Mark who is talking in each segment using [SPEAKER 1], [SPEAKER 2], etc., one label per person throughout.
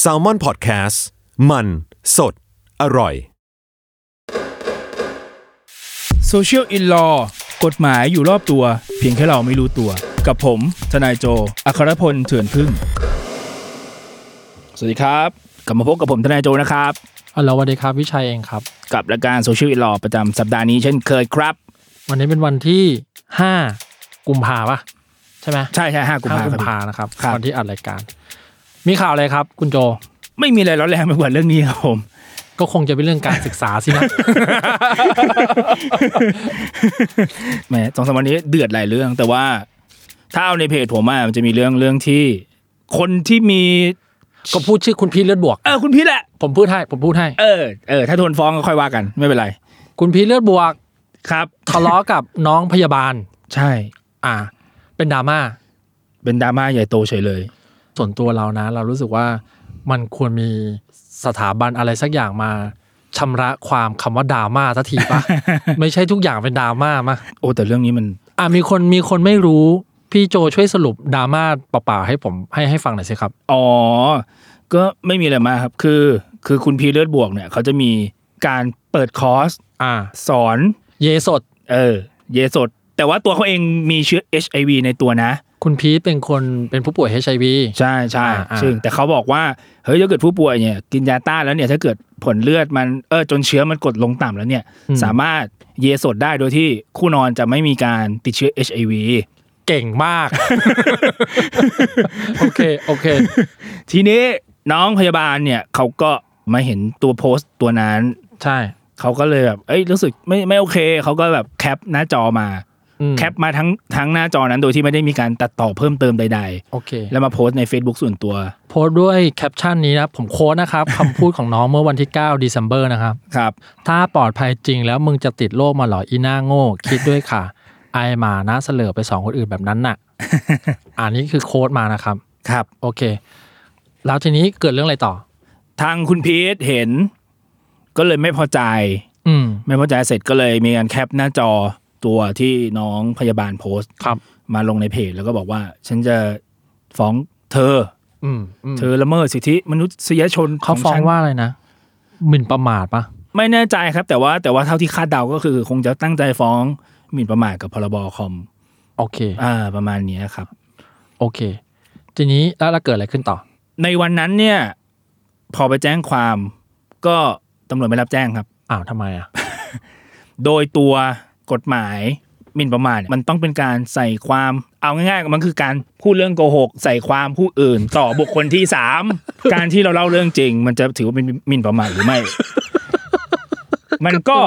[SPEAKER 1] แซลมอนพอดแคสต์มันสดอร่อย
[SPEAKER 2] Social in Law กฎหมายอยู่รอบตัว เพียงแค่เราไม่รู้ตัว กับผม ทนายโจ อัครพลเถื่อนพึ่ง สวัสดีครับ กลับมาพบกับผมทนายโจนะครับ
[SPEAKER 3] ฮัลโหลสวัสดีครับวิชัยเองครับ
[SPEAKER 2] กับรายการ Social in Law ประจำสัปดาห์นี้เช่นเคยครับ
[SPEAKER 3] วันนี้เป็นวันที่ 5 กุมภาพันธ์ปะใช่ไหม
[SPEAKER 2] ใช่ใช่ห้ากุม
[SPEAKER 3] ห้า
[SPEAKER 2] ภา
[SPEAKER 3] กุม
[SPEAKER 2] พั
[SPEAKER 3] ภาน
[SPEAKER 2] ธ์
[SPEAKER 3] นะครับ
[SPEAKER 2] ครับ
[SPEAKER 3] วันที่อัดรายการ มีข่าวอะไรครับ คุณโจ
[SPEAKER 2] ไม่มีอะไรร้อนแรงไปกว่าเรื่องนี้ครับผม
[SPEAKER 3] ก็คงจะเป็นเรื่องการศึกษาสิ นะ
[SPEAKER 2] แหมสองสามวันนี้เดือดหลายเรื่อง แต่ว่าถ้าเอาในเพจผมอะมันจะมีเรื่องเรื่องที่ คนที่มี
[SPEAKER 3] ก็พูดชื่อคุณพีทเลือดบวก
[SPEAKER 2] เออคุณพี่แหละ
[SPEAKER 3] ผมพูดให้ผมพูดให้
[SPEAKER 2] เออเออถ้าโดนฟ้องก็ค่อยว่ากันไม่เป็นไร
[SPEAKER 3] คุณพีทเลือดบวก
[SPEAKER 2] ครับ
[SPEAKER 3] ทะเลาะกับน้องพยาบาล
[SPEAKER 2] ใช่
[SPEAKER 3] อ่า เป็นดราม่า
[SPEAKER 2] เป็นดราม่าใหญ่โตเฉยเลย
[SPEAKER 3] ส่วนตัวเรานะ เรารู้สึกว่ามันควรมีสถาบันอะไรสักอย่างมาชำระความคำว่าดราม่าสักทีป ะ ไม่ใช่ทุกอย่างเป็นดราม่ามา
[SPEAKER 2] โอ้แต่เรื่องนี้มัน
[SPEAKER 3] อ่ะมีคนมีคนไม่รู้ พี่โจช่วยสรุปดราม่าเปล่าๆให้ผมให้ให้ฟังหน่อยสิครับ
[SPEAKER 2] อ๋อ ก็ไม่มีอะไรมากครับ คือ คือคุณพีเลือดบวกเนี่ย เขาจะมีการเปิดคอร์ส
[SPEAKER 3] อ่า
[SPEAKER 2] สอน
[SPEAKER 3] เยสด
[SPEAKER 2] เออ เยสด แต่ว่าตัวเขาเองมีเชื้อ HIV ในตัวนะ
[SPEAKER 3] คุณพีทเป็นคนเป็นผู้ป่วย HIV
[SPEAKER 2] ใช่ใช่
[SPEAKER 3] อ่าอ่า
[SPEAKER 2] ซึ่งแต่เขาบอกว่า เฮ้ยถ้าเกิดผู้ป่วยเนี่ย กินยาต้านแล้วเนี่ย ถ้าเกิดผลเลือดมัน เออ จนเชื้อมันกดลงต่ำแล้วเนี่ย สามารถเยสดได้โดยที่คู่นอนจะไม่มีการติดเชื้อ HIV
[SPEAKER 3] เก่ง มาก โอเค โอเค
[SPEAKER 2] ทีนี้น้องพยาบาลเนี่ยเขาก็มาเห็นตัวโพสต์ตัวนั้น
[SPEAKER 3] ใช่
[SPEAKER 2] เขาก็เลยแบบ เอ้ย รู้สึกไม่ไม่โอเค เขาก็แบบแคปหน้าจอมา
[SPEAKER 3] อืม
[SPEAKER 2] แคปมาทั้งทั้งหน้าจอนั้นโดยที่ไม่ได้มีการตัดต่อเพิ่มเติมใด
[SPEAKER 3] โอเค
[SPEAKER 2] ๆ แล้วมาโพสต์ใน Facebook ส่วนตัว
[SPEAKER 3] โพสต์ด้วยแคปชั่นนี้นะ ผมโค้ด นะครับคำพูดของน้องเมื่อวันที่9 d e c ember นะครับ
[SPEAKER 2] ครับ
[SPEAKER 3] ถ้าปลอดภัยจริงแล้วมึงจะติดโรคมาเหรออีหน้าโง่ คิดด้วยค่ะ ไอายหมานะเสลอไปสองคนอื่นแบบนั้น น่ะ อันนี้คือโค้ดมานะครับ
[SPEAKER 2] ครับ
[SPEAKER 3] โอเค แล้วทีนี้เกิดเรื่องอะไรต่อ
[SPEAKER 2] ทางคุณพีทเห็น ก็เลยไม่พอใจ
[SPEAKER 3] อืม
[SPEAKER 2] ไม่พอใจเสร็จก็เลยมีการแคปหน้าจอตัวที่น้องพยาบาลโพสต์
[SPEAKER 3] ครับ
[SPEAKER 2] มาลงในเพจแล้วก็บอกว่า ฉันจะฟ้องเธอ
[SPEAKER 3] อืมอืม
[SPEAKER 2] เธอละเมิดสิทธิมนุษยชนข
[SPEAKER 3] เขา
[SPEAKER 2] อง
[SPEAKER 3] ฟ้อง
[SPEAKER 2] ฉัน
[SPEAKER 3] ว่าอะไรนะหมิ่นประมาทปะ
[SPEAKER 2] ไม่แน่ใจครับ แต่ว่าแต่ว่าเท่าที่คาดเดาก็คือ คงจะตั้งใจฟ้องหมิ่นประมาทกับพรบคอม
[SPEAKER 3] โอเค
[SPEAKER 2] อ่าประมาณเนี้ยครับ
[SPEAKER 3] โอเค ทีนี้แล้วแล้วเกิดอะไรขึ้นต่อ
[SPEAKER 2] ในวันนั้นเนี่ย พอไปแจ้งความก็ตำรวจไม่รับแจ้งครับ
[SPEAKER 3] อ้าวทำไมอ่ะ
[SPEAKER 2] โดยตัวกฎหมายหมิ่นประมาทเนี่ยมันต้องเป็นการใส่ความเอาง่ายๆมันคือการพูดเรื่องโกหก ใส่ความผู้อื่น ต่อบุคคลที่สาม การที่เราเล่าเรื่องจริง มันจะถือว่าเป็นหมิ่นประมาทหรือไม่ มันก็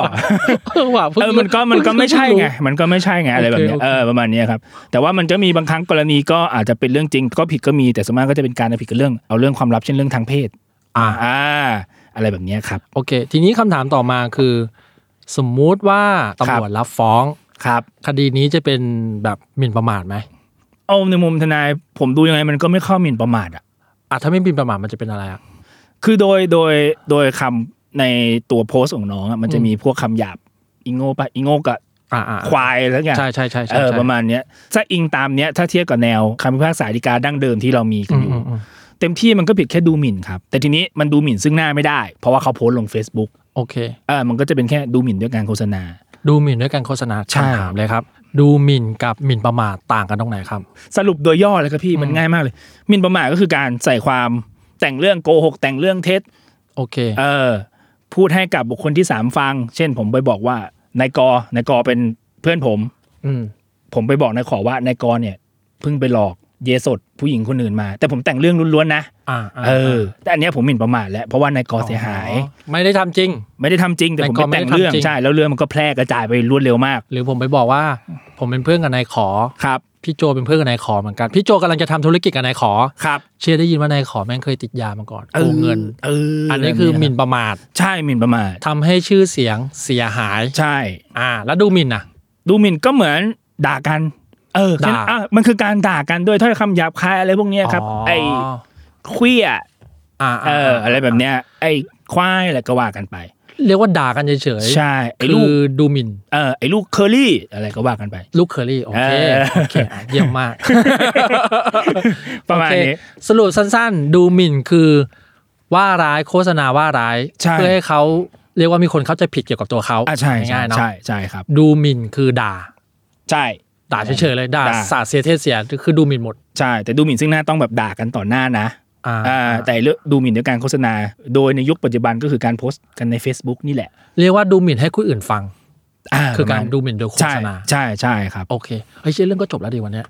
[SPEAKER 3] เออ ว่ะพิ่ง
[SPEAKER 2] เออ มันก็
[SPEAKER 3] รู้
[SPEAKER 2] มันก็ไม่ใช่ไง
[SPEAKER 3] เพิ่รู้
[SPEAKER 2] มันก็ไม่ใช่ไงอะไรแบบเนี้ย
[SPEAKER 3] โอเคโอเค
[SPEAKER 2] เออ ประมาณเนี้ยครับ แต่ว่ามันก็มีบางครั้งกรณีก็อาจจะเป็นเรื่องจริง ก็ผิดก็มี แต่ส่วนมากก็จะเป็นการเอาผิดกับเรื่อง เอาเรื่องความลับเช่นเรื่องทางเพศ
[SPEAKER 3] อ่า
[SPEAKER 2] อ่า อะไรแบบเนี้ยครับ
[SPEAKER 3] โอเค ทีนี้คำถามต่อมาคือ สมมุติว่าตำรวจรับฟ้อง
[SPEAKER 2] ครับ
[SPEAKER 3] คดีนี้จะเป็นแบบหมิ่นประมาทไหม
[SPEAKER 2] เอาในมุมทนาย ผมดูยังไงมันก็ไม่เข้าหมิ่นประมาทอ่ะ
[SPEAKER 3] อ่ะถ้าไม่หมิ่นประมาทมันจะเป็นอะไรอ่ะ
[SPEAKER 2] คือโดย โดย โดยคำในตัวโพสต์ของน้องอะมันจะ
[SPEAKER 3] อืม
[SPEAKER 2] มีพวกคำหยาบ อิงโง่ปะอิงโง่กับ
[SPEAKER 3] อ่าอ่า
[SPEAKER 2] ควายแล้วไง
[SPEAKER 3] ใช่ใช่ใช่ใช่
[SPEAKER 2] เออ
[SPEAKER 3] ใช่
[SPEAKER 2] ประมาณเนี้ย ถ้าอิงตามเนี้ย ถ้าเทียบกับแนวคำพิพากษาฎีกาดั้งเดิมที่เรามีกั
[SPEAKER 3] อื
[SPEAKER 2] น
[SPEAKER 3] ม
[SPEAKER 2] อยู่
[SPEAKER 3] อืมอืม
[SPEAKER 2] เต็มที่มันก็ผิดแค่ดูหมิ่นครับ แต่ทีนี้มันดูหมิ่นซึ่งหน้าไม่ได้ เพราะว่าเขาโพสต์ลง Facebook
[SPEAKER 3] โอเค
[SPEAKER 2] เออมันก็จะเป็นแค่ดูหมิ่นด้วยการโฆษณา
[SPEAKER 3] ดูหมิ่นด้วยการโฆษณา
[SPEAKER 2] ใช่
[SPEAKER 3] คำถามเลยครับ ดูหมิ่นกับหมิ่นประมาทต่างกันตรงไหนครับ
[SPEAKER 2] สรุปโดยย่อเลยครับพี่มันง่ายมากเลยหมิ่นประมาทก็คือการใส่ความแต่งเรื่องโกหก แต่งเรื่องเท็จ
[SPEAKER 3] โอเค
[SPEAKER 2] เออพูดให้กับบุคคลที่สามฟัง เช่น ผมไปบอกว่านายกนายกเป็นเพื่อนผม
[SPEAKER 3] อืม
[SPEAKER 2] ผมไปบอกนายขอว่านายกเนี่ยเพิ่งไปหลอกเยสดผู้หญิงคนอื่นมา แต่ผมแต่งเรื่องล้วนๆนะ
[SPEAKER 3] อ่าา
[SPEAKER 2] เออแต่อันเนี้ยผมหมิ่นประมาทแล้วเพราะว่านายกเสียหาย
[SPEAKER 3] อ๋อไม่ได้ทำจริง
[SPEAKER 2] ไม่ได้ทำจริงแต่ผมไป
[SPEAKER 3] นายกไม่
[SPEAKER 2] แต่
[SPEAKER 3] ได้
[SPEAKER 2] งเรื่อง
[SPEAKER 3] ทำจริง
[SPEAKER 2] ใช่ แล้วเรื่องมันก็แพร่กระจายไปรวดเร็วมาก
[SPEAKER 3] หรือผมไปบอกว่า ผมเป็นเพื่อนกับนายขอ
[SPEAKER 2] ครับ
[SPEAKER 3] พี่โจเป็นเพื่อนกับนายขอเหมือนกัน พี่โจกำลังจะทำธุรกิจกับนายขอ
[SPEAKER 2] ครับ
[SPEAKER 3] เชื่อได้ยินว่านายขอแม่งเคยติดยามาก่อนโกงเงิน
[SPEAKER 2] เออ
[SPEAKER 3] อั
[SPEAKER 2] อั
[SPEAKER 3] นนี้คือหมิ่นประมาท
[SPEAKER 2] ใช่หมิ่นประมาท
[SPEAKER 3] ทำให้ชื่อเสียงเสียหาย
[SPEAKER 2] ใช่
[SPEAKER 3] อ่า แล้วดูหมิ่นนะ
[SPEAKER 2] ดูหมิ่นก็เหมือนด่ากัน เออ
[SPEAKER 3] ด่า
[SPEAKER 2] อ่ะมันคือการด่ากันด้วยถ้อยคำหยาบคายอะไรพวกเนี้ยครับ
[SPEAKER 3] อ๋อ
[SPEAKER 2] ไอ้เคลี้ย
[SPEAKER 3] อ่า
[SPEAKER 2] เออ อะไรแบบเนี้ย ไอ้ควายอะไรก็ว่ากันไป
[SPEAKER 3] เรียกว่าด่ากันเฉย
[SPEAKER 2] ใช่ไอ้
[SPEAKER 3] ๆ
[SPEAKER 2] ลู
[SPEAKER 3] คื
[SPEAKER 2] ก
[SPEAKER 3] อดูหมิ่น
[SPEAKER 2] เออไอ้ลูกเคอรี่อะไรก็ว่ากันไป
[SPEAKER 3] ลูกเคอรี่โอเค
[SPEAKER 2] เออ
[SPEAKER 3] โอเคอ่ะเยี่ยมมาก
[SPEAKER 2] ประมาณ
[SPEAKER 3] โอเค
[SPEAKER 2] นี้
[SPEAKER 3] สรุปสั้นๆ ดูหมิ่นคือว่าร้ายโฆษณาว่าร้าย
[SPEAKER 2] ใช่
[SPEAKER 3] เพื่อให้เขาเรียกว่ามีคนเข้าใจผิดเกี่ยวกับตัวเขา
[SPEAKER 2] อ่ะใช่ใช่
[SPEAKER 3] ง่ายๆเนาะ
[SPEAKER 2] ใช่ใช่ครับ
[SPEAKER 3] ดูหมิ่นคือด่า
[SPEAKER 2] ใช่
[SPEAKER 3] ด่าเฉยๆเลยด่า
[SPEAKER 2] ด่า
[SPEAKER 3] สาดเสียเทเสียคือดูหมิ่นหมด
[SPEAKER 2] ใช่ แต่ดูหมิ่นซึ่งหน้าต้องแบบด่ากันต่อหน้านะ
[SPEAKER 3] อ่า
[SPEAKER 2] อ่าแต่เลือกดูหมิ่นด้วยการโฆษณา โดยในยุคปัจจุบันก็คือการโพสต์กันใน Facebook นี่แหละ
[SPEAKER 3] เรียกว่าดูหมิ่นให้คนอื่นฟัง คือการ
[SPEAKER 2] ประมณ
[SPEAKER 3] ดูหมิ่นโดยโฆ
[SPEAKER 2] ใช่
[SPEAKER 3] ษณา
[SPEAKER 2] ใช่ใช่ครับ
[SPEAKER 3] โอเคเฮ้ยเชื่อเรื่องก็จบแล้วดีวันเนี้ย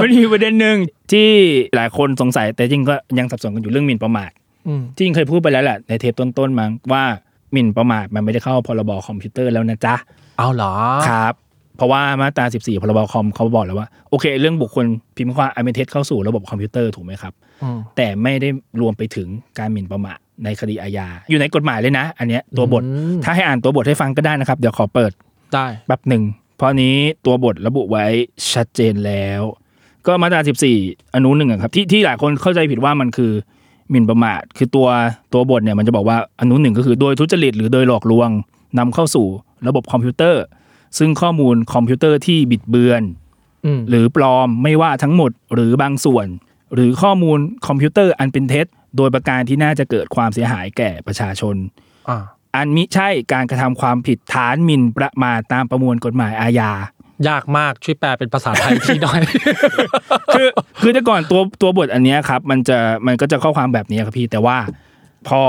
[SPEAKER 2] มันมีประเด็นหนึ่งที่หลายคนสงสัยแต่จริงก็ยังสับสนกันอยู่เรื่องหมิ่นประมาท
[SPEAKER 3] อืม
[SPEAKER 2] ที่จริงเคยพูดไปแล้วแหละในเทปต้นๆมั้งว่าหมิ่นประมาทมันไม่ได้เข้าพรบคอมพิวเตอร์แล้วนะจ๊ะ
[SPEAKER 3] เอาเหรอ
[SPEAKER 2] ครับ เพราะว่ามาตรา 14 พรบคอมเขาบอกแล้วว่า โอเค เรื่องบุคคลพิมพ์ข้อความอันเป็นเท็จเข้าสู่ระบบคอมพิวเตอร์ถูกไหมครับ
[SPEAKER 3] อืม
[SPEAKER 2] แต่ไม่ได้รวมไปถึงการหมิ่นประมาทในคดีอาญา อยู่ในกฎหมายเลยนะ อันเนี้ยตัวบท
[SPEAKER 3] อืม
[SPEAKER 2] ถ้าให้อ่านตัวบทให้ฟังก็ได้นะครับ เดี๋ยวขอเปิด
[SPEAKER 3] ได้
[SPEAKER 2] แป๊บหนึ่ง เพราะนี้ตัวบทระบุไว้ชัดเจนแล้ว ก็มาตรา 14 อนุหนึ่งอะครับที่ที่หลายคนเข้าใจผิดว่ามันคือหมิ่นประมาทคือตัวตัวบทเนี่ยมันจะบอกว่าอนุหนึ่งก็คือโดยทุจริตหรือโดยหลอกลวงนำเข้าสู่ระบบคอมพิวเตอร์ ซึ่งข้อมูลคอมพิวเตอร์ที่บิดเบือน
[SPEAKER 3] อืม
[SPEAKER 2] หรือปลอมไม่ว่าทั้งหมดหรือบางส่วน หรือข้อมูลคอมพิวเตอร์อันเป็นเท็จ โดยประการที่น่าจะเกิดความเสียหายแก่ประชาชน
[SPEAKER 3] อ่า
[SPEAKER 2] อันมิใช่การกระทำความผิดฐานหมิ่นประมาทตามประมวลกฎหมายอาญา
[SPEAKER 3] ยากมากช่วยแปลเป็นภาษาไทยทีหน่อย
[SPEAKER 2] คือคือแต่ก่อนตัวตัวบทอันเนี้ยครับมันจะมันก็จะข้อความแบบนี้ครับพี่แต่ว่า พอ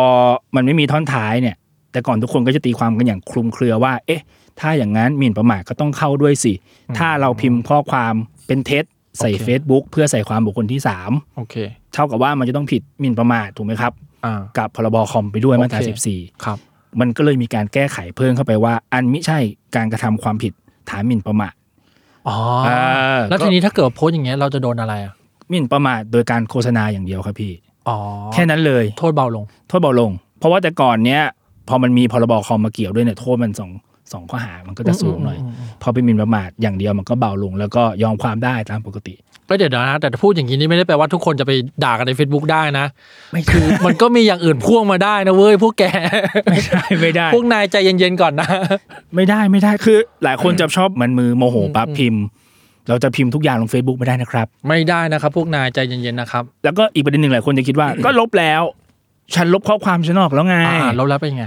[SPEAKER 2] มันไม่มีท่อนท้ายเนี่ย แต่ก่อนทุกคนก็จะตีความกันอย่างคลุมเครือว่า เอ๊ะ ถ้าอย่างนั้นหมิ่นประมาทก็ต้องเข้าด้วยสิ ถ้าเราพิมพ์ข้อความเป็นเท็จใส่
[SPEAKER 3] โอเค
[SPEAKER 2] Facebook เพื่อใส่ความบุคคลที่ 3
[SPEAKER 3] โอเค
[SPEAKER 2] เท่ากับว่ามันจะต้องผิดหมิ่นประมาทถูกไหมครับ
[SPEAKER 3] อ่า
[SPEAKER 2] กับพรบคอมไปด้วยมาตรา
[SPEAKER 3] โอเค
[SPEAKER 2] 14
[SPEAKER 3] ครับ
[SPEAKER 2] มันก็เลยมีการแก้ไขเพิ่มเข้าไปว่า อันมิใช่การกระทำความผิดฐานหมิ่นประมาท
[SPEAKER 3] อ๋อ
[SPEAKER 2] เออ
[SPEAKER 3] แล้ว
[SPEAKER 2] ก็
[SPEAKER 3] ทีนี้ถ้าเกิดโพสต์อย่างเงี้ยเราจะโดนอะไรอ่ะ
[SPEAKER 2] หมิ่นประมาทโดยการโฆษณาอย่างเดียวครับพี่
[SPEAKER 3] อ๋อ
[SPEAKER 2] แค่นั้นเลย
[SPEAKER 3] โทษเบาลง
[SPEAKER 2] โทษเบาลง เพราะว่าแต่ก่อนเนี้ยพอมันมีพรบคอมมาเกี่ยวด้วยเนี่ยโทษมันสองสองข้อหามันก็จะสูงหน่อย พอเป็นหมิ่นประมาทอย่างเดียวมันก็เบาลง แล้วก็ยอมความได้ตามปก ติ
[SPEAKER 3] ก็เดี๋ยวนะ แต่ถ้าพูดอย่างนี้นี่ไม่ได้แปลว่าทุกคนจะไปด่ากันใน Facebook ได้นะ
[SPEAKER 2] ไม่คือ
[SPEAKER 3] มันก็มีอย่างอื่นพ่วงมาได้นะเว้ยพวกแก
[SPEAKER 2] ไม่ได้ไม่ได้
[SPEAKER 3] พวกนายใจเย็นๆก่อนนะ
[SPEAKER 2] ไม่ได้ไม่ได้คือ หลายคนจะชอบเหมือนมือโมโหปั๊บพิมพ์ เราจะพิมพ์ทุกอย่างลง Facebook ไม่ได้นะครับ
[SPEAKER 3] ไม่ได้นะครับ พวกนายใจเย็นๆนะครับ
[SPEAKER 2] แล้วก็อีกประเด็นหนึ่งหลายคนจะคิด ว่า ก็ลบแล้ว ฉันลบข้อความฉันออกแล้วไง
[SPEAKER 3] อ่าลบแล้วเป็นไง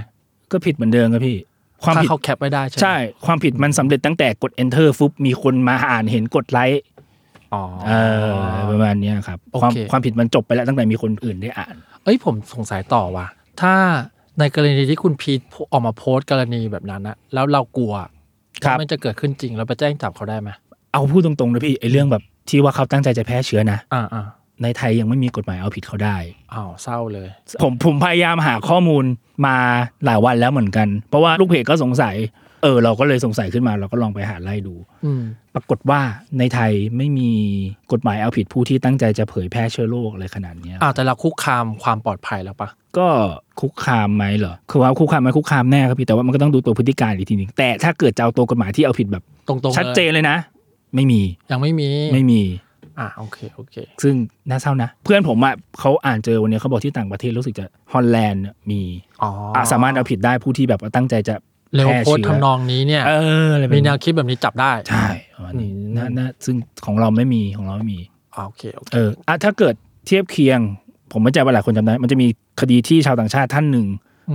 [SPEAKER 2] ก็ผิดเหมือนเดิมครับพี่ ความ
[SPEAKER 3] ถ้า
[SPEAKER 2] ผิด
[SPEAKER 3] เขาแคปไม่ได้ใช่ไหม
[SPEAKER 2] ใช่ ความผิดมันสำเร็จตั้งแต่กด enter ฟุบมีคนมาอ่านเห็นกดไลค์
[SPEAKER 3] อ๋อ
[SPEAKER 2] เออประมาณเนี้ยครับ
[SPEAKER 3] โอ
[SPEAKER 2] ความ
[SPEAKER 3] เค
[SPEAKER 2] ความผิดมันจบไปแล้วตั้งแต่มีคนอื่นได้อ่าน
[SPEAKER 3] เอ้ยผมสงสัยต่อว่ะถ้าในกรณีที่คุณพีทออกมาโพสต์กรณีแบบนั้นนะแล้วเรากลัว
[SPEAKER 2] ครับ
[SPEAKER 3] ว่ามันจะเกิดขึ้นจริงเราไปแจ้งจับเขาได้ไหม
[SPEAKER 2] เอาพูดตรงๆนะพี่ไอ้เรื่องแบบที่ว่าเขาตั้งใจจะแพร่เชื้อนะ
[SPEAKER 3] อ่าอ่า
[SPEAKER 2] ในไทยยังไม่มีกฎหมายเอาผิดเขาได้
[SPEAKER 3] อ้าวเศร้าเลย
[SPEAKER 2] ผมผมพยายามหาข้อมูลมาหลายวันแล้วเหมือนกัน เพราะว่าลูกเพจก็สงสัย เออ เราก็เลยสงสัยขึ้นมาเราก็ลองไปหาไล่ดู
[SPEAKER 3] อืม
[SPEAKER 2] ปรากฏว่าในไทยไม่มีกฎหมายเอาผิดผู้ที่ตั้งใจจะเผยแพร่เชื้อโรคอะไรขนาดเนี้ย
[SPEAKER 3] อ้าวแต่เราคุกคามความปลอดภัยแล้วปะ
[SPEAKER 2] ก็คุกคามไหมเหรอคือว่าคุกคามไหมคุกคามแน่ครับพี่แต่ว่ามันก็ต้องดูตัวพฤติการอีกทีหนึงแต่ถ้าเกิดจะเอาตัวกฎหมายที่เอาผิดแบบ
[SPEAKER 3] ตรงๆลย
[SPEAKER 2] ชัดเจนเลยนะ ไม่มี
[SPEAKER 3] ยังไม่มี
[SPEAKER 2] ไม่มี
[SPEAKER 3] อ่าโอเคโอเค
[SPEAKER 2] ซึ่งน่าเศร้านะ เพื่อนผมอ่ะเขาอ่านเจอวันนี้เขาบอกที่ต่างประเทศรู้สึกจะฮอลแลนด์มี
[SPEAKER 3] อ๋อ
[SPEAKER 2] อ่ะสามารถเอาผิดได้ผู้ที่แบบว่าตั้งใจจะ
[SPEAKER 3] เร็ว
[SPEAKER 2] แพร่
[SPEAKER 3] โพส
[SPEAKER 2] เชื้
[SPEAKER 3] ต์ทำนองนี้เนี่ย
[SPEAKER 2] เอออะไรแบบ
[SPEAKER 3] มี
[SPEAKER 2] นี้
[SPEAKER 3] แนวคิดแบบนี้จับได้
[SPEAKER 2] ใช่ประมาณนี้น่าน่าซึ่งของเราไม่มีของเราไม่มี
[SPEAKER 3] อ๋อโอเคโอเค
[SPEAKER 2] เอออ่ะถ้าเกิดเทียบเคียง ผมไม่ใจว่าหลายคนจำได้ มันจะมีคดีที่ชาวต่างชาติท่านหนึ่ง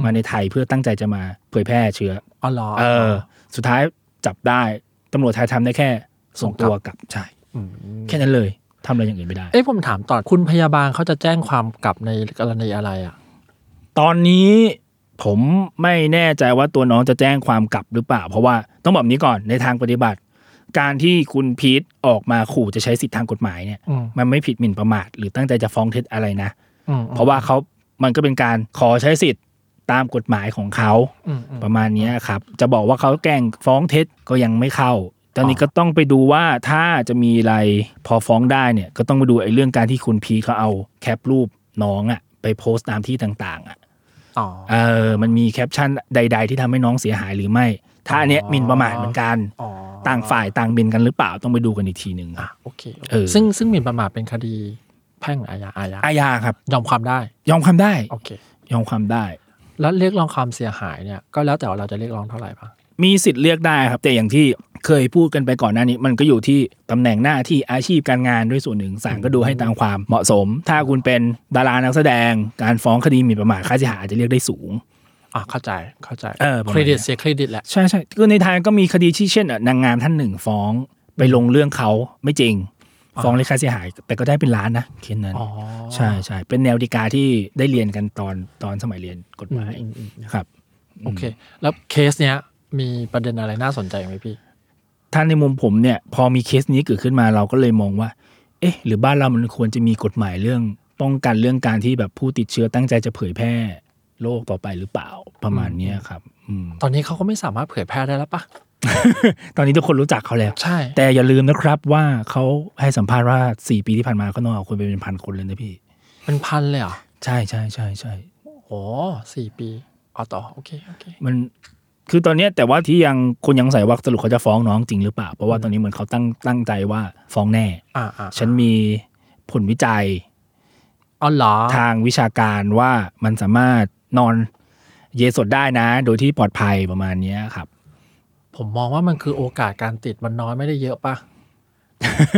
[SPEAKER 2] มาในไทยเพื่อตั้งใจจะมาเผยแพร่เชื้อ
[SPEAKER 3] อ๋อเหรอ
[SPEAKER 2] เออ สุดท้ายจับได้ตำรวจไทยทำได้แค่ ส่งตัวกลับใช่
[SPEAKER 3] ม
[SPEAKER 2] แค่นั้นเลยทำอะไรอย่างอื่นไม่ได้
[SPEAKER 3] เอ้ยผมถามต่อคุณพยาบาลเขาจะแจ้งความกลับในกรณีอะไรอ่ะ
[SPEAKER 2] ตอนนี้ผมไม่แน่ใจว่าตัวน้องจะแจ้งความกลับหรือเปล่า เพราะว่าต้องบอกแบบนี้ก่อนในทางปฏิบัติ การที่คุณพีทออกมาขู่จะใช้สิทธิทางกฎหมายเนี่ย
[SPEAKER 3] อืม
[SPEAKER 2] มันไม่ผิดหมิ่นประมาทหรือตั้งใจจะฟ้องเท็จอะไรนะ
[SPEAKER 3] อืม
[SPEAKER 2] เพราะว่าเขามันก็เป็นการขอใช้สิทธิ์ตามกฎหมายของเขา
[SPEAKER 3] อืมอืม
[SPEAKER 2] ประมาณเนี้ยครับ จะบอกว่าเขาแกล้งฟ้องเท็จก็ยังไม่เข้า ตอนนี้ก็ต้องไปดูว่าถ้าจะมีอะไรพอฟ้องได้เนี่ย ก็ต้องไปดูไอ้เรื่องการที่คุณพีทเขาเอาแคปรูปน้องอะไปโพสต์ตามที่ต่างๆอะ
[SPEAKER 3] อ๋อ
[SPEAKER 2] เออ มันมีแคปชั่นใด ๆ ที่ทำให้น้องเสียหายหรือไม่ ถ้าอันเนี้ย
[SPEAKER 3] อ๋อ
[SPEAKER 2] หมินประมาทเหมือนกัน
[SPEAKER 3] อ๋อ
[SPEAKER 2] ต่างฝ่ายต่างบินกันหรือเปล่าต้องไปดูกันอีกทีหนึ่งครับ
[SPEAKER 3] โอเคโอเค
[SPEAKER 2] เออ
[SPEAKER 3] ซึ่งซึ่งหมิ่นประมาทเป็นคดีแพ่งอาญาอาญา
[SPEAKER 2] อาญาครับ
[SPEAKER 3] ยอมความได้
[SPEAKER 2] ยอมความได้
[SPEAKER 3] โอเค
[SPEAKER 2] ยอมความได้
[SPEAKER 3] แล้วเรียกร้องความเสียหายเนี่ยก็แล้วแต่ว่าเราจะเรียกร้องเท่าไหร่ปะ
[SPEAKER 2] มีสิทธิ์เลือกได้ครับ แต่อย่างที่เคยพูดกันไปก่อนหน้านี้ มันก็อยู่ที่ตำแหน่งหน้าที่อาชีพการงานด้วยส่วนหนึ่งศาลก็ดูให้ตามความเหมาะสม ถ้าคุณเป็นดารานักแสดง การฟ้องคดีหมิ่นประมาทค่าเสียหายอาจจะเรียกได้สูง
[SPEAKER 3] อ่ะเข้าใจเข้าใจ
[SPEAKER 2] เออประมาณ
[SPEAKER 3] เครดิต
[SPEAKER 2] เนี้ย
[SPEAKER 3] เสียเครดิตแหละ
[SPEAKER 2] ใช่ใช่คือในไทยก็มีคดีที่เช่นอ่ะนางงามท่านหนึ่งฟ้องไปลงเรื่องเขาไม่จริง ฟ้องเรียกค่าเสียหาย แต่ก็ได้เป็นล้านนะเคสนั้น
[SPEAKER 3] อ๋อ
[SPEAKER 2] ใช่ใช่เป็นแนวดีกาที่ได้เรียนกันตอนตอนสมัยเรียนกฎหมายครับ
[SPEAKER 3] โอเค แล้วเคสเนี้ยมีประเด็นอะไรน่าสนใจไหมพี่
[SPEAKER 2] ถ้าในมุมผมเนี่ยพอมีเคสนี้เกิดขึ้นมาเราก็เลยมองว่า เอ๊ะ หรือบ้านเรามันควรจะมีกฎหมายเรื่อง ป้องกันเรื่องการที่แบบผู้ติดเชื้อตั้งใจจะเผยแพร่โรคต่อไปหรือเปล่าประมาณเนี้ยครับอืม
[SPEAKER 3] ตอนนี้เขาก็ไม่สามารถเผยแพร่ได้แล้วปะ
[SPEAKER 2] ตอนนี้ทุกคนรู้จักเขาแล้ว
[SPEAKER 3] ใช่
[SPEAKER 2] แต่อย่าลืมนะครับว่าเขาให้สัมภาษณ์ว่า 4 ปีที่ผ่านมาเขานอนกับคนไปเป็นพันคนเลยนะพี่
[SPEAKER 3] เป็นพันเลยเหรอ่ะ
[SPEAKER 2] ใช่ใช่ใช่ใช่
[SPEAKER 3] โอ้สี่ปีเอาต่อโอเคโอเค
[SPEAKER 2] มันคือตอนเนี้ยแต่ว่าที่ยังคนยังใส่ว่าสรุปเขาจะฟ้องน้องจริงหรือเปล่า เพราะว่าตอนนี้เหมือนเขาตั้งตั้งใจว่าฟ้องแน่
[SPEAKER 3] อ่าอ่า
[SPEAKER 2] ฉันมีผลวิจัย
[SPEAKER 3] อ๋อเหรอ
[SPEAKER 2] ทางวิชาการว่ามันสามารถนอนเยสดได้นะ โดยที่ปลอดภัยประมาณเนี้ยครับ
[SPEAKER 3] ผมมองว่ามันคือโอกาสการติดมันน้อยไม่ได้เยอะปะ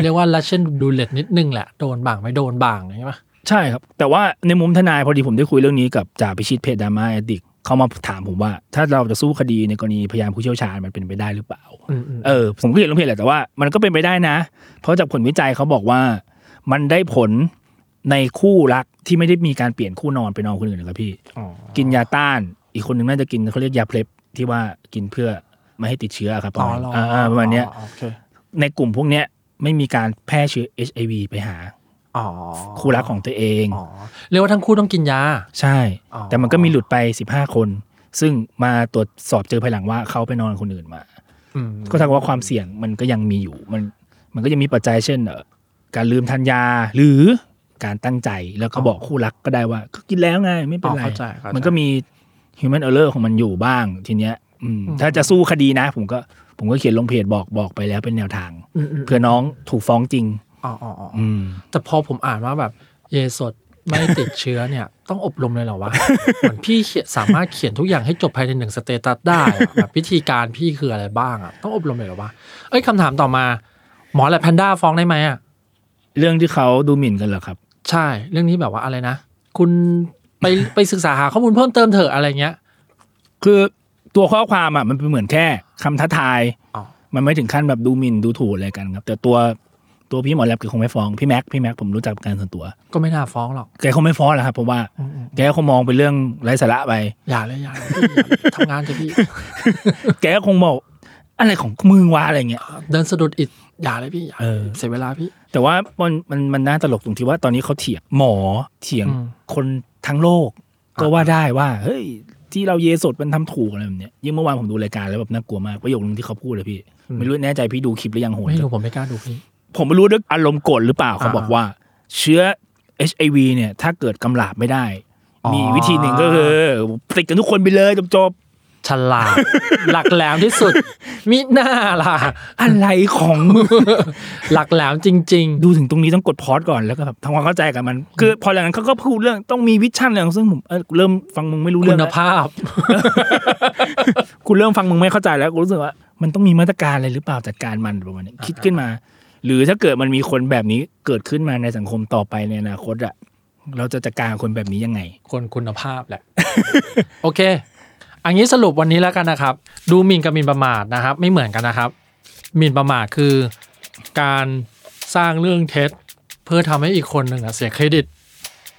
[SPEAKER 3] เรียกว่าลัชเช่นดูเลตนิดนึงแหละ โดนบ้างไม่โดนบ้างใช่ปะ
[SPEAKER 2] ใช่ครับ แต่ว่าในมุมทนายพอดีผมได้คุยเรื่องนี้กับจ่าพิชิตเพชรดราม่าแอดดิกเขามาถามผมว่า ถ้าเราจะสู้คดีในกรณีพยานผู้เชี่ยวชาญมันเป็นไปได้หรือเปล่า
[SPEAKER 3] อืมอืม
[SPEAKER 2] เออผมก็เห็นลงเพจแหละแต่ว่ามันก็เป็นไปได้นะ เพราะจากผลวิจัยเขาบอกว่า มันได้ผลในคู่รักที่ไม่ได้มีการเปลี่ยนคู่นอนไปนอนคนอื่นนะครับพี่
[SPEAKER 3] อ๋อ
[SPEAKER 2] กินยาต้าน อีกคนหนึ่งน่าจะกินเขาเรียกยาเพลบที่ว่ากินเพื่อไม่ให้ติดเชื้อครับประ
[SPEAKER 3] อ๋อ
[SPEAKER 2] มาณ
[SPEAKER 3] เหรอ
[SPEAKER 2] อ่าๆประมาณเนี้ย
[SPEAKER 3] อ๋อโอเค
[SPEAKER 2] ในกลุ่มพวกเนี้ยไม่มีการแพร่เชื้อ HIV ไปหา
[SPEAKER 3] อ๋อ
[SPEAKER 2] คู่รักของตัวเอง
[SPEAKER 3] อ๋อเรียกว่าทั้งคู่ต้องกินยา
[SPEAKER 2] ใช่
[SPEAKER 3] อ๋อ
[SPEAKER 2] แต่มันก็มีหลุดไป 15 คน ซึ่งมาตรวจสอบเจอภายหลังว่าเขาไปนอนกับคนอื่นมา
[SPEAKER 3] อืม
[SPEAKER 2] ก็เท่ากับว่าความเสี่ยงมันก็ยังมีอยู่ มันมันก็ยังมีปัจจัยเช่นเอ่อการลืมทานยาหรือการตั้งใจแล้วก็บอกคู่รักก็ได้ว่าก็กินแล้วไงไม่เป็
[SPEAKER 3] อ๋
[SPEAKER 2] น
[SPEAKER 3] อ
[SPEAKER 2] ไร
[SPEAKER 3] เข้าใจเข้าใจ
[SPEAKER 2] มันก็มี human error ของมันอยู่บ้างทีเนี้ยอืม
[SPEAKER 3] อืม
[SPEAKER 2] ถ้าจะสู้คดีนะ ผมก็ผมก็เขียนลงเพจบอกบอกไปแล้วเป็นแนวทาง
[SPEAKER 3] อืมอืม
[SPEAKER 2] เพื่อน้องถูกฟ้องจริง
[SPEAKER 3] อ๋ออ๋ออ๋อ
[SPEAKER 2] อืม
[SPEAKER 3] แต่พอผมอ่านว่าแบบ เยสดไม่ติดเชื้อเนี่ย ต้องอบรมเลยเหรอวะ เหมือนพี่เขียนสามารถเขียนทุกอย่างให้จบภายในหนึ่งสเตตัสได้อะแบบวิธีการพี่คืออะไรบ้างอะต้องอบรมเลยเหรอวะเอ้ยคำถามต่อมา หมอและแพนด้าฟ้องได้ไหมอะ
[SPEAKER 2] เรื่องที่เขาดูหมิ่นกันเหรอครับ
[SPEAKER 3] ใช่ เรื่องนี้แบบว่าอะไรนะ คุณไป ไปศึกษาหาข้อมูลเพิ่มเติมเถอะอะไรเงี้ย
[SPEAKER 2] คือตัวข้อความอ่ะมันเป็นเหมือนแค่คำท้าทาย
[SPEAKER 3] อ๋อ
[SPEAKER 2] มันไม่ถึงขั้นแบบดูหมิ่นดูถูกอะไรกันครับ แต่ตัวตัวพี่หมอแลบคือคงไม่ฟ้องพี่แม็กพี่แม็กผมรู้จักเป็นการส่วนตัว
[SPEAKER 3] ก็ไม่น่าฟ้องหรอก
[SPEAKER 2] แกคงไม่ฟ้องแหละครับเพราะว่า
[SPEAKER 3] อืม
[SPEAKER 2] แกก็คงมองเป็นเรื่องไร้สาระไป
[SPEAKER 3] ๆอย่าเลยอย่าเลยพี่อย่าเลยทำงานจะพี่
[SPEAKER 2] แกก็คงบอกอะไรของมึงวะอะไรเงี้ย
[SPEAKER 3] เดินสะดุดอิดอย่าเลยพี่อย่า
[SPEAKER 2] เออ
[SPEAKER 3] เสียเวลาพี่
[SPEAKER 2] แต่ว่ามันมันมันน่าตลกตรงที่ว่าตอนนี้เขาเถียงหมอเถียง
[SPEAKER 3] อืม
[SPEAKER 2] คนทั้งโลก ก็ว่าได้ว่า เฮ้ย ที่เราเยสดมันทำถูกอะไรแบบเนี้ยยิ่งเมื่อวานผมดูรายการแล้วแบบน่ากลัวมากประโยคนึงที่เขาพูดเลยพี่ไม่รู้แน่ใจพี่ดูคลิปหรือยังโหด
[SPEAKER 3] ไม่
[SPEAKER 2] จัง
[SPEAKER 3] รู้ผมไม่กล้าดูพี่
[SPEAKER 2] ผมไม่รู้ด้วยอารมณ์โกรธหรือเปล่าเขา
[SPEAKER 3] อ่า
[SPEAKER 2] บอกว่า เชื้อ HIV เนี่ย ถ้าเกิดกำลาบไม่ได้
[SPEAKER 3] อ๋อ
[SPEAKER 2] มีวิธีหนึ่งก็คือติดกันทุกคนไปเลยจบ
[SPEAKER 3] ฉลาด หลักแหลมที่สุด มิหน้าล่ะ
[SPEAKER 2] ๆอะไรของมึง
[SPEAKER 3] หลักแหลมจริง
[SPEAKER 2] ดูถึงตรงนี้ต้องกดพอดก่อนแล้วก็แบบทำความเข้าใจกับมัน คือพอหลังจากนั้นเขาก็พูดเรื่องต้องมีวิชั่นอะไรของซึ่งผมเออเริ่มฟังมึงไม่รู้
[SPEAKER 3] ๆ
[SPEAKER 2] เรื่
[SPEAKER 3] คุ
[SPEAKER 2] อง
[SPEAKER 3] ณ
[SPEAKER 2] แล้ว
[SPEAKER 3] ภาพ
[SPEAKER 2] กูเริ่มฟังมึงไม่เข้าใจแล้วกูรู้สึกว่า มันต้องมีมาตรการอะไรหรือเปล่าจัดการมันประมาณนี้คิดขึ้นมา หรือถ้าเกิดมันมีคนแบบนี้เกิดขึ้นมาในสังคมต่อไปในอนาคตอะเราจะจัดการกับคนแบบนี้ยังไง
[SPEAKER 3] คนคุณภาพแหละ โอเค อันนี้สรุปวันนี้แล้วกันนะครับ ดูหมิ่นกับหมิ่นประมาทนะครับ ไม่เหมือนกันนะครับหมิ่นประมาทคือ การสร้างเรื่องเท็จ เพื่อทำให้อีกคนหนึ่งอะเสียเครดิต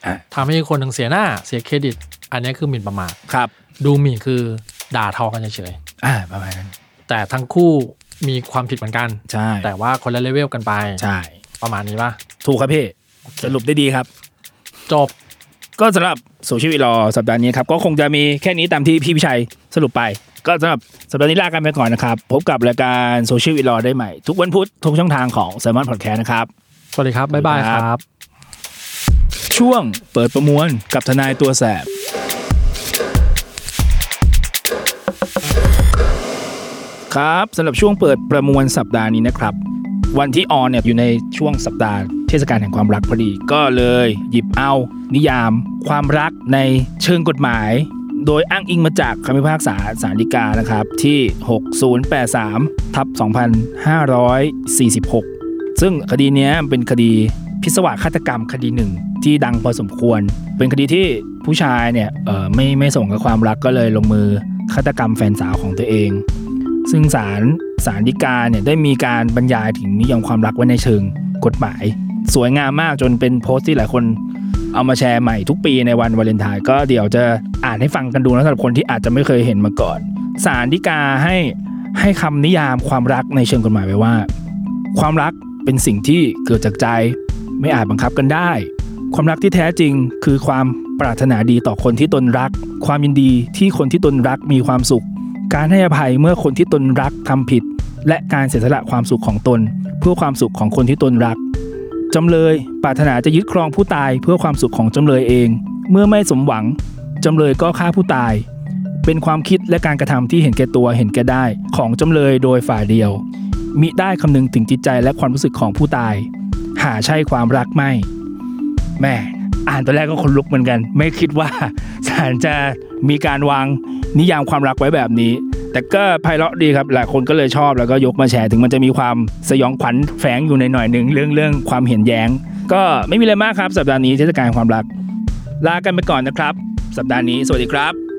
[SPEAKER 2] อ่ะ
[SPEAKER 3] ทำให้อีกคนหนึ่งเสียหน้า เสียเครดิต อันนี้คือหมิ่นประมาท
[SPEAKER 2] ครับ
[SPEAKER 3] ดูหมิ่นคือด่าทอกันเฉย
[SPEAKER 2] อ่าประมาณนั้น
[SPEAKER 3] ๆแต่ทั้งคู่มีความผิดเหมือนกัน
[SPEAKER 2] ใช่
[SPEAKER 3] แต่ว่าคนละเลเวลกันไป
[SPEAKER 2] ใช่
[SPEAKER 3] ประมาณนี้ป่ะ
[SPEAKER 2] ถูกครับพี่สรุปได้ดีครับ
[SPEAKER 3] จบ
[SPEAKER 2] ก็สำหรับสู่ชีวิตรอสัปดาห์นี้ครับ ก็คงจะมีแค่นี้ตามที่พี่พิชัยสรุปไป ก็สำหรับสัปดาห์นี้ลากันไปก่อนนะครับ พบกับรายการโซเชียลวีลอได้ใหม่ ทุกวันพุธทุกช่องทางของ s ซ m o n Podcast นะครับ
[SPEAKER 3] สวัสดีครับบ๊ายบาย
[SPEAKER 2] สวัสดีค
[SPEAKER 3] ค
[SPEAKER 2] รับ
[SPEAKER 3] รับ
[SPEAKER 2] ช่วงเปิดประมวลกับทนายตัวแสบครับสำหรับช่วงเปิดประมวลสัปดาห์นี้นะครับ วันที่ออนเนี่ยอยู่ในช่วงสัปดาห์เทศกาลแห่งความรักพอดี ก็เลยหยิบเอานิยามความรักในเชิงกฎหมาย โดยอ้างอิงมาจากคำพิพากษาศาลฎีกานะครับ ที่ 6083ทับ2546 ซึ่งคดีเนี้ยเป็นคดีพิศวาสฆาตกรรมคดีหนึ่งที่ดังพอสมควร เป็นคดีที่ผู้ชายเนี่ยเอ่อไม่ไม่ส่งกับความรักก็เลยลงมือฆาตกรรมแฟนสาวของตัวเอง ซึ่งศาลศาลฎีกาเนี่ยได้มีการบรรยายถึงนิยามความรักไว้ในเชิงกฎหมาย สวยงามมากจนเป็นโพสต์ที่หลายคนเอามาแชร์ใหม่ทุกปีในวันวาเลนไทน์ก็เดี๋ยวจะอ่านให้ฟังกันดูนะสำหรับคนที่อาจจะไม่เคยเห็นมาก่อนศาลฎีกาให้ให้คำนิยามความรักในเชิงกฎหมายไว้ว่า ความรักเป็นสิ่งที่เกิดจากใจ ไม่อาจบังคับกันได้ ความรักที่แท้จริงคือความปรารถนาดีต่อคนที่ตนรัก ความยินดีที่คนที่ตนรักมีความสุข การให้อภัยเมื่อคนที่ตนรักทำผิด และการเสียสละความสุขของตน เพื่อความสุขของคนที่ตนรัก จำเลยปรารถนาจะยึดครองผู้ตายเพื่อความสุขของจำเลยเอง เมื่อไม่สมหวัง จำเลยก็ฆ่าผู้ตาย เป็นความคิดและการกระทำที่เห็นแก่ตัวเห็นแก่ได้ ของจำเลยโดยฝ่ายเดียว มิได้คำนึงถึงจิตใจและความรู้สึกของผู้ตาย หาใช่ความรักไม่แม่อ่านตอนแรกก็ขนลุกเหมือนกัน ไม่คิดว่าศาลจะมีการวางนิยามความรักไว้แบบนี้ แต่ก็ไพเราะดีครับหลายคนก็เลยชอบแล้วก็ยกมาแชร์ถึงมันจะมีความสยองขวัญแฝงอยู่ในหน่อยหนึ่งเรื่องเรื่องความเห็นแย้ง ก็ไม่มีอะไรมากครับ สัปดาห์นี้เทศกาลความรัก ลากันไปก่อนนะครับ สัปดาห์นี้สวัสดีครับ